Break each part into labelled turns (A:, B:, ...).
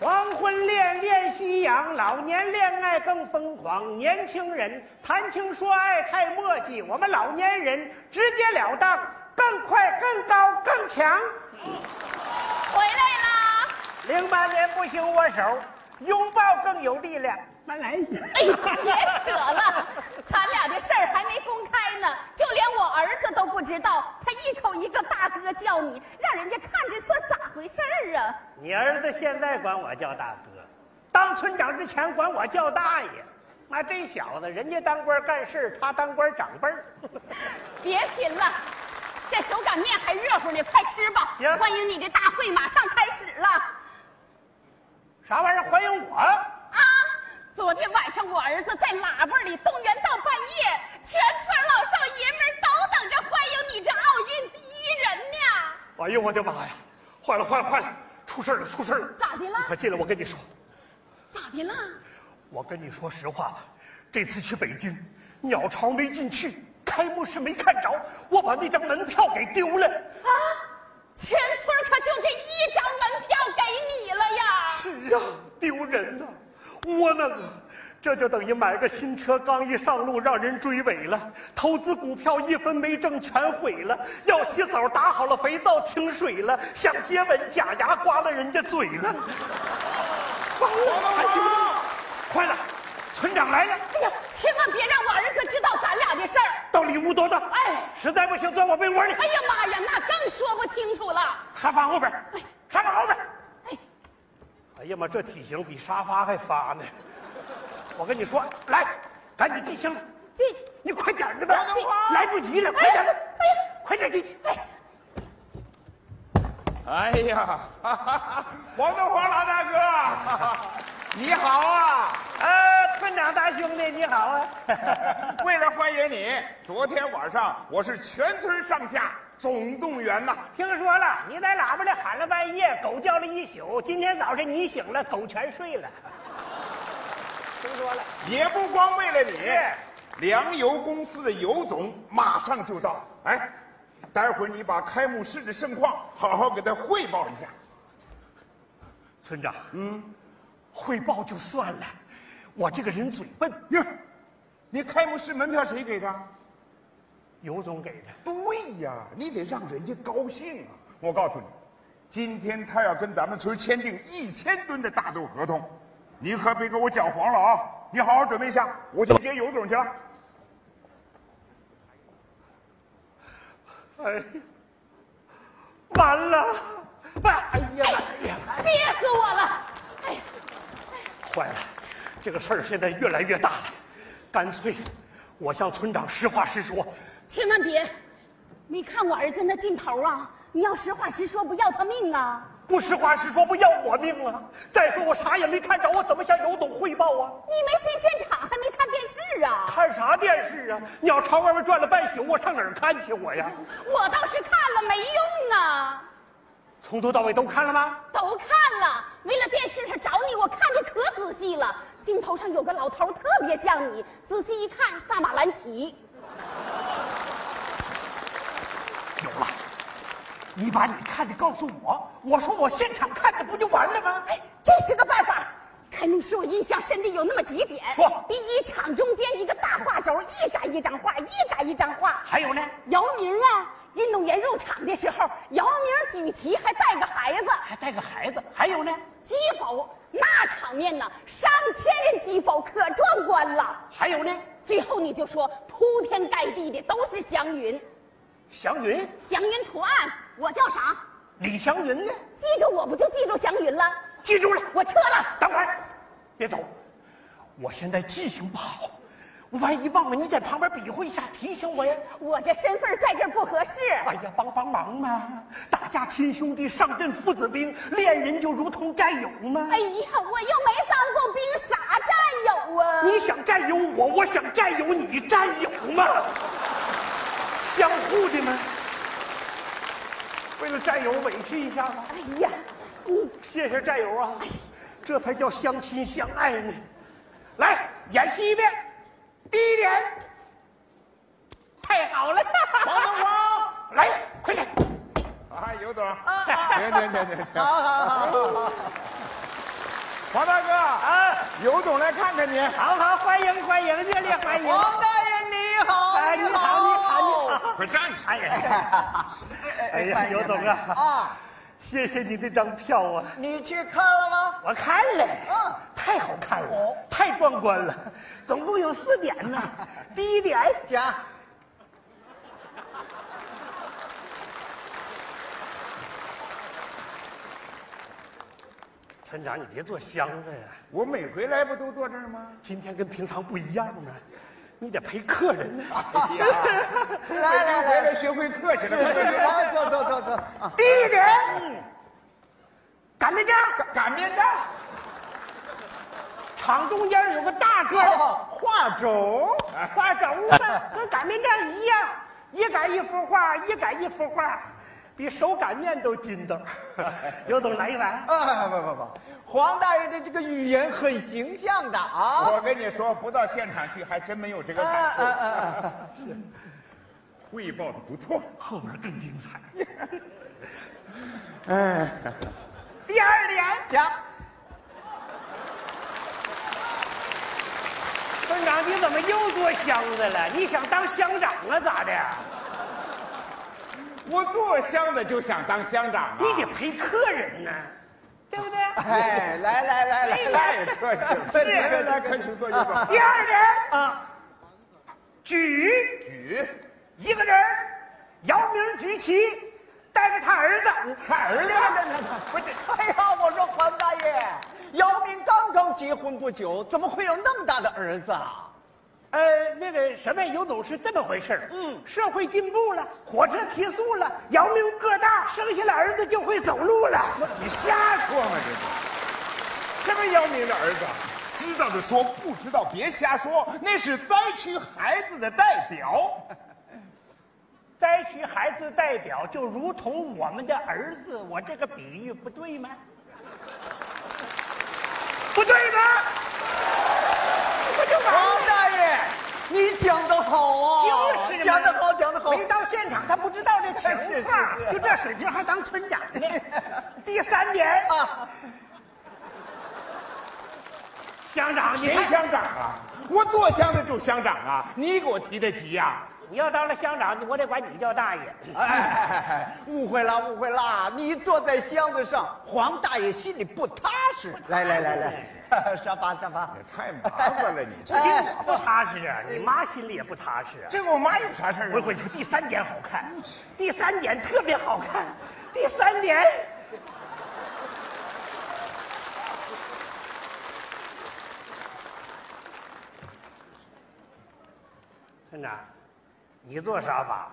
A: 黄昏恋恋夕阳，老年恋爱更疯狂。年轻人谈情说爱太墨迹，我们老年人直截了当，更快、更高、更强。
B: 回来啦！
A: 零八年不行握手，拥抱更有力量。慢来一下。
B: 哎呦，别扯了，咱俩的事儿还没公开呢，就连我儿子都不知道，他一口一个大哥叫你，让人家看见算咋回事儿啊？
A: 你儿子现在管我叫大哥，当村长之前管我叫大爷。妈，这小子，人家当官干事，他当官长辈儿。
B: 别贫了，这手擀面还热乎呢，快吃吧！
A: 行
B: 欢迎你的大会马上开始了
A: 啥玩意儿？欢迎我？
B: 啊！昨天晚上我儿子在喇叭里动员到半夜，全村老少爷们儿都等着欢迎你这奥运第一人呢。
C: 哎呦我的妈呀！坏了坏了坏了！出事儿了出事儿了！
B: 咋的了
C: 你快进来，我跟你说，
B: 咋的啦？
C: 我跟你说实话吧，这次去北京，鸟巢没进去，开幕式没看着，我把那张门票给丢了。
B: 啊！全村可就这一张门票给你了呀！
C: 是呀，丢人呐，窝囊啊！这就等于买个新车，刚一上路让人追尾了；投资股票一分没挣，全毁了；要洗澡打好了肥皂停水了；想接吻假牙刮了人家嘴了。完了，还行吗？快了，村长来了，
B: 哎千万别让我儿子知道咱俩的事儿。
C: 到里屋躲躲。
B: 哎
C: 实在不行钻我被窝里，
B: 哎呀妈呀，那更说不清楚了。
C: 沙发后边，沙发后边。
B: 哎，
C: 哎呀妈，这体型比沙发还发呢！我跟你说，来，赶紧进行，
B: 这
C: 你快点儿的吧
B: 等会儿，
C: 来不及了，快点儿的，快点儿进去。
D: 哎 呀，哈哈哈黄德华老大哥， 你好啊！
A: 呃，村长大兄弟你好 啊。
D: 为了欢迎你，昨天晚上我是全村上下总动员呐。
A: 听说了，你在喇叭里喊了半夜，狗叫了一宿。今天早晨你醒了，狗全睡了。听说了，
D: 也不光为
A: 是
D: 了你，粮油公司的尤总马上就到，哎，待会儿你把开幕式的盛况好好给他汇报一下。
C: 村长，嗯，汇报就算了，我这个人嘴笨，
D: 哟，你开幕式门票谁给的？
C: 尤总给的。
D: 对呀，你得让人家高兴啊！我告诉你，今天他要跟咱们村签订一千吨的大豆合同，你可别给我搅黄了啊！你好好准备一下，我去接尤总去了。
C: 哎，完了，哎呀哎呀，
B: 憋死我了！哎，
C: 坏了，这个事儿现在越来越大了，干脆我向村长实话实说。
B: 千万别！你看我儿子那劲头啊，你要实话实说，不要他命啊！
C: 不实话实说，不要我命了。再说我啥也没看着，我怎么向尤总汇报啊？
B: 你没进现场，还没看电视啊？
C: 看啥电视啊？鸟巢外面转了半宿，我上哪儿看去我呀？
B: 我倒是看了，没用啊！
C: 从头到尾都看了吗？
B: 都看了，为了电视上找你，我看的可仔细了。镜头上有个老头儿特别像你，仔细一看，萨马兰奇。
C: 有了，你把你看的告诉我，我说我现场看的不就完了吗？
B: 哎，这是个办法。开幕式我印象深的有那么几点。
C: 说
B: 第一，场中间一个大画轴，一改一张画，一改一张画。
C: 还有呢？
B: 姚明啊，运动员入场的时候，姚明举旗还带个孩子，
C: 还带个孩子，还有呢？
B: 击否那场面呢，上千人击否可壮观了。
C: 还有呢？
B: 最后你就说铺天盖地的都是祥云，
C: 祥云，
B: 祥云图案，我叫啥？
C: 李祥云呢？
B: 记住我不就记住祥云了？
C: 记住了，
B: 我撤了。
C: 等会儿，别走，我现在记性不好，我万一忘了，你在旁边比划一下，提醒我呀。
B: 我这身份在这儿不合适。
C: 哎呀，帮帮忙嘛！打架亲兄弟，上阵父子兵，恋人就如同战友嘛。
B: 哎呀，我又没当过兵，啥战友啊？
C: 你想占有我，我想占有你，占有嘛，相互的嘛。为了战友委屈一下吧，
B: 哎呀，你
C: 谢谢战友啊，这才叫相亲相爱呢。来演戏一遍，第一点，
B: 太好了！
D: 王德华，
C: 来，快点，
D: 哎啊，尤总，行行行行行，
E: 好好好好好，
D: 黄大 哥，
C: 啊，
D: 有种来看看你。
C: 好好欢迎欢迎，热烈欢迎！
E: 大爷你好
C: 哎，你好，你好，你好！
D: 快站起
E: 哎
D: 来！
F: 哎呀，刘总啊，
E: 啊，
F: 谢谢你那张票啊，
E: 你去看了吗？
C: 我看了，
E: 嗯
C: 太好看了
E: 哦，
C: 太壮观了。总共有四点 呢。第一点，
E: 讲，
F: 村长你别做箱子呀、
D: 我每回来不都坐这儿吗？
F: 今天跟平常不一样啊，你得陪客人呢、
D: 哎呀，
E: 来来
D: 回
E: 来
D: 来学会客气了。快点快
E: 来坐坐坐坐。啊
C: 第一点，擀面杖，
D: 点擀面杖，
C: 厂中间有个大个儿
E: 哦画轴，
C: 的画轴吧，跟擀面杖一样，一擀一幅画，一擀一幅画，比手擀面都筋道。刘总来一碗，
E: 啊不不不，黄大爷的这个语言很形象的啊。
D: 我跟你说，不到现场去还真没有这个
E: 啊
D: 感
E: 啊啊
D: 受。
E: 啊！
D: 汇报的不错，
F: 后面更精彩。
D: 哎，
C: 第二点，
E: 讲，
C: 村长你怎么又做箱子了？你想当乡长啊？咋的？
D: 我做乡的就想当乡长啊！
C: 你得陪客人呢，对不对？
E: 哎，来来来来
D: 太
E: 来，
D: 客气了，
C: 是
D: 来来来，快请坐，就坐。
C: 第 二点啊，举
D: 举，
C: 一个人儿，姚明举旗，带着他儿子，
D: 看 儿子，不是
E: 哎呀，我说黄大爷，姚明刚刚结婚不久，怎么会有那么大的儿子啊？
C: 呃，那个什么，尤总是这么回事儿
E: 嗯
C: 社会进步了，火车提速了，姚明个大，生下了儿子就会走路了。
D: 你瞎说嘛，这是，这个姚明的儿子，知道的说，不知道别瞎说，那是灾区孩子的代表。
C: 灾区孩子代表就如同我们的儿子，我这个比喻不对吗？不对吗？不就完了哦
E: 王
C: 吗？
E: 大爷，你讲的好啊，
C: 就是嘛
E: 讲的好，讲的好。
C: 没到现场他不知道这情况，
E: 是是是
C: 就这水平还当村长 呢。第三点，
E: 啊，
C: 乡长， 你
D: 谁
C: 看
D: 乡长啊？我做乡的就乡长啊，你给我提的啊急呀、
C: 你要当了乡长，我得管你叫大爷。
E: 哎哎哎哎，误会啦，误会啦，你坐在箱子上，黄大爷心里不踏实。来来来来，沙发沙发
D: 也。太麻烦了你这
E: 哎
C: 不踏实啊，你妈心里也不踏实啊。
D: 这跟我妈有啥事儿
C: 我
D: 啊？
C: 跟你说，第三点好看，第三点特别好看，第三点。村长，你坐沙发，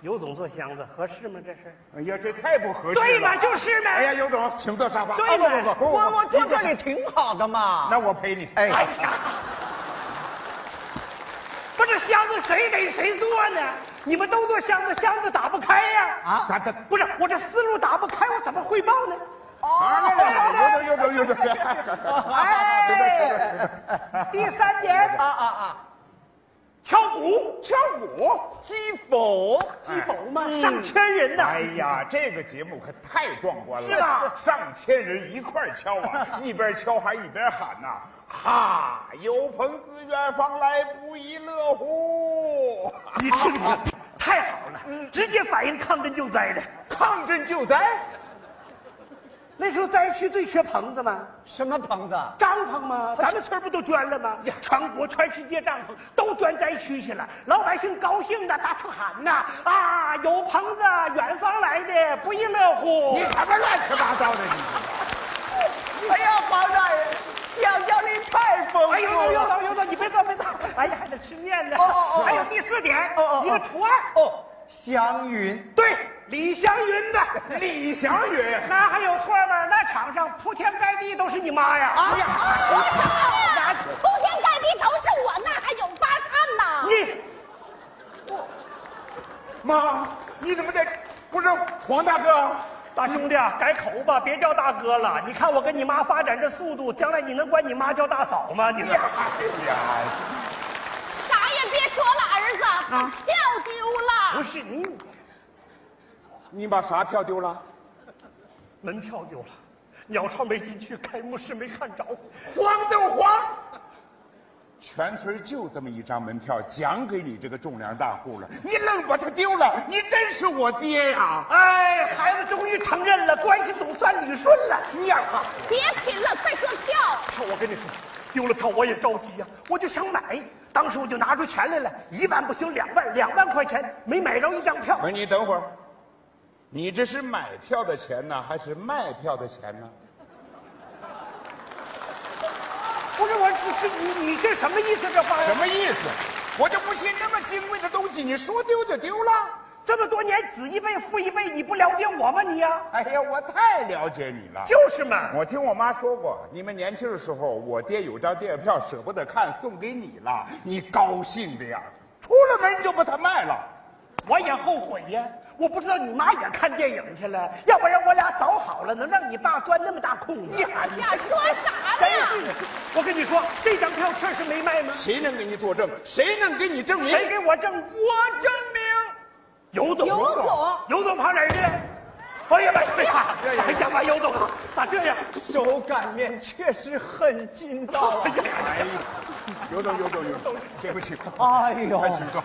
C: 尤总坐箱子，合适吗？这是
D: 哎呀，这太不合适了。
C: 对嘛？就是嘛。
D: 哎呀，尤总，请坐沙发。
C: 对嘛
D: 啊不不不，
E: 我我坐
D: 你
E: 这里挺好的嘛。
D: 那我陪你。
E: 哎
C: 哎呀，不是箱子谁给谁做呢？你们都做箱子，箱子打不开呀、
E: 啊
D: 咱咱
C: 不是我这思路打不开，我怎么汇报呢？
D: 啊，那那尤总，尤总，尤总。
C: 哎
D: 请坐，请坐，请坐。
C: 第三点
E: 啊，啊啊！
C: 敲鼓，
D: 敲鼓。
E: 击否？
C: 鸡否嘛，上千人呐。
D: 嗯哎呀，这个节目可太壮观了，
C: 是吧
D: 上千人一块儿敲 啊，一边敲还一边喊呐、哈！有朋自远方来，不亦乐乎！
C: 你听听，太好了，直接反映抗震救灾的。
D: 嗯抗震救灾，
C: 那时候灾区最缺棚子嘛，
E: 什么棚子？
C: 帐篷嘛，咱们村儿不都捐了吗？全国全世界帐篷都捐灾区去了，老百姓高兴的大声喊呐啊，有棚子，远方来的不亦乐乎
D: 你。什么乱七八糟的你？
E: 哎呀，黄大爷，想象力太丰富了。
C: 哎呦呦呦呦呦呦！你别坐别坐，哎呀还得吃面呢。
E: 哦哦哦
C: 还有第四点，
E: 哦哦
C: 一个图案。
E: 哦，祥云。
C: 对，李祥云 的。
D: 李祥云，
C: 那还有错吗？那场上铺天盖地都是你妈哎呀！
B: 啊，说啥呀？铺天盖地都是我，那还有法看呐？
C: 你
D: 妈，你怎么在？不是黄大哥，
C: 大兄弟啊，改口吧，别叫大哥了。你看我跟你妈发展这速度，将来你能管你妈叫大嫂吗？你
D: 哎
C: 们
D: 呀，哎呀，
B: 啥也别说了，儿子，票丢
C: 啊不
B: 了。
C: 是你
D: 你把啥票丢了？
C: 门票丢了，
F: 鸟巢没进去，开幕式没看着。
D: 黄都黄，全村就这么一张门票，奖给你这个种粮大户了，你愣把它丢了，你真是我爹呀！
C: 哎，孩子终于承认了，关系总算捋顺了。啊
D: 你呀，
B: 别贫了，快说票。
F: 可我跟你说，丢了票我也着急呀、
C: 我就想买，当时我就拿出钱来了，一万不行，两万，两万块钱没买着一张票
D: 不。是你等会儿，你这是买票的钱呢，还是卖票的钱呢？
C: 不是我，这你你这什么意思？这话
D: 什么意思？我就不信那么金贵的东西，你说丢就丢了。
C: 这么多年子一辈父一辈，你不了解我吗？你呀、
D: 哎呀，我太了解你了。
C: 就是嘛。
D: 我听我妈说过，你们年轻的时候，我爹有张电影票舍不得看，送给你了，你高兴的呀，出了门就把它卖了。
C: 我也后悔呀，我不知道你妈也看电影去了，要不然我俩早好了，能让你爸钻那么大空子。
B: 哎呀，说啥
C: 真
B: 呢？
C: 是的，我跟你说，这张票确实没卖吗？
D: 谁能给你作证？谁能给你证明？
C: 谁给我证？
D: 我证明。
C: 尤总，
B: 尤总
C: 尤总跑哪儿去了？哎呀妈呀！哎呀妈，尤总啊咋这样？
E: 手擀面确实很筋道啊。
D: 哎呀，有种有种有种，对不起，
E: 哎呦，
D: 快请坐。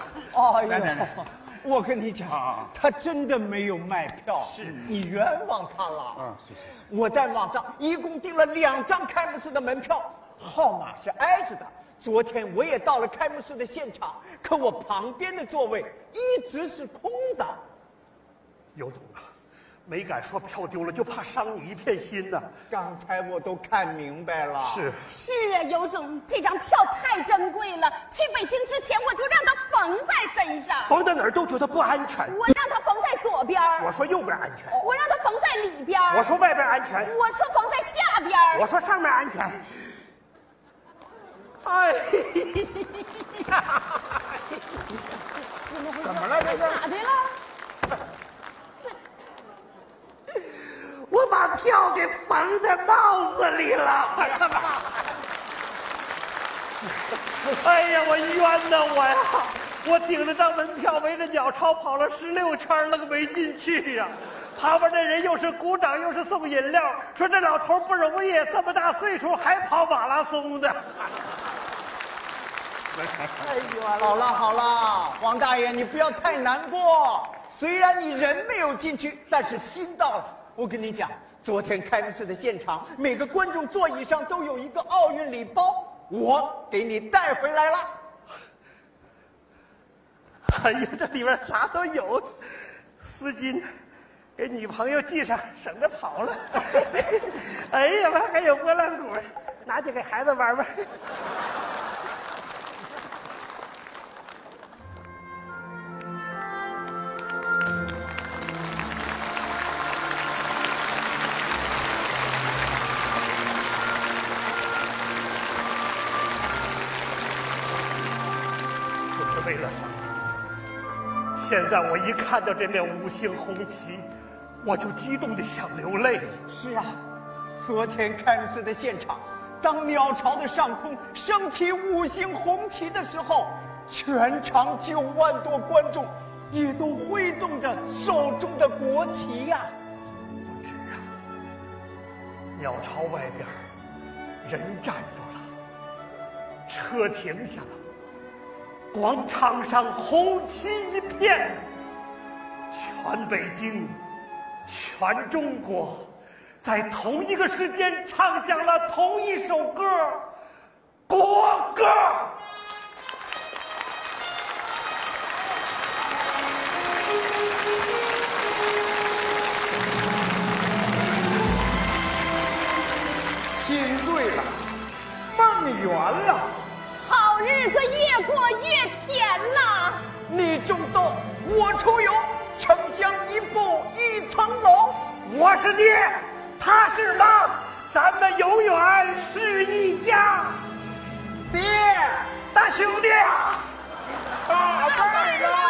E: 哎
D: 来来来
E: 呦，我跟你讲
D: 啊，
E: 他真的没有卖票，是你冤枉他了。
D: 嗯是是是
E: 我在网上一共订了两张开幕式的门票，号码是挨着的。昨天我也到了开幕式的现场，可我旁边的座位一直是空的。
F: 尤总啊，没敢说票丢了，就怕伤你一片心呐、
E: 刚才我都看明白了，
F: 是，
B: 是啊，尤总，这张票太珍贵了。去北京之前，我就让他缝在身上，
F: 放到哪儿都觉得不安全。
B: 我让他缝在左边儿，
C: 我说右边安全，
B: 我让他缝在里边儿，
C: 我说外边安全，
B: 我说缝在下边儿
C: 我说上面安全。哎呀！
D: 怎么了这是？
B: 咋的了？
C: 我把票给缝在帽子里了。 哎呀，我冤呐我呀！我顶着张门票围着鸟巢跑了十六圈，愣没进去呀、旁边的人又是鼓掌又是送饮料，说这老头不容易，这么大岁数还跑马拉松的。
E: 哎呦，好了好了，王大爷你不要太难过。虽然你人没有进去，但是心到了。我跟你讲，昨天开幕式的现场，每个观众座椅上都有一个奥运礼包，我给你带回来了。
C: 哎呀，这里边啥都有，丝巾，给女朋友系上，省着跑了。 哎呀妈，还有拨浪鼓，拿去给孩子玩玩。
F: 就是为了他。现在我一看到这面五星红旗，我就激动的想流泪。
E: 是啊，昨天开幕式的现场，当鸟巢的上空升起五星红旗的时候，全场九万多观众也都挥动着手中的国旗呀、
F: 不止啊，鸟巢外边儿人站住了，车停下了，广场上红旗一片，全北京，全中国，在同一个时间唱响了同一首歌——国歌。
D: 心对了，梦圆了。
B: 好日子越过越甜了。
E: 你种豆，我出油，城乡一步一层楼。
C: 我是爹，他是妈，咱们永远是一家，
D: 爹，
C: 大兄弟啊！
D: 大辈儿了。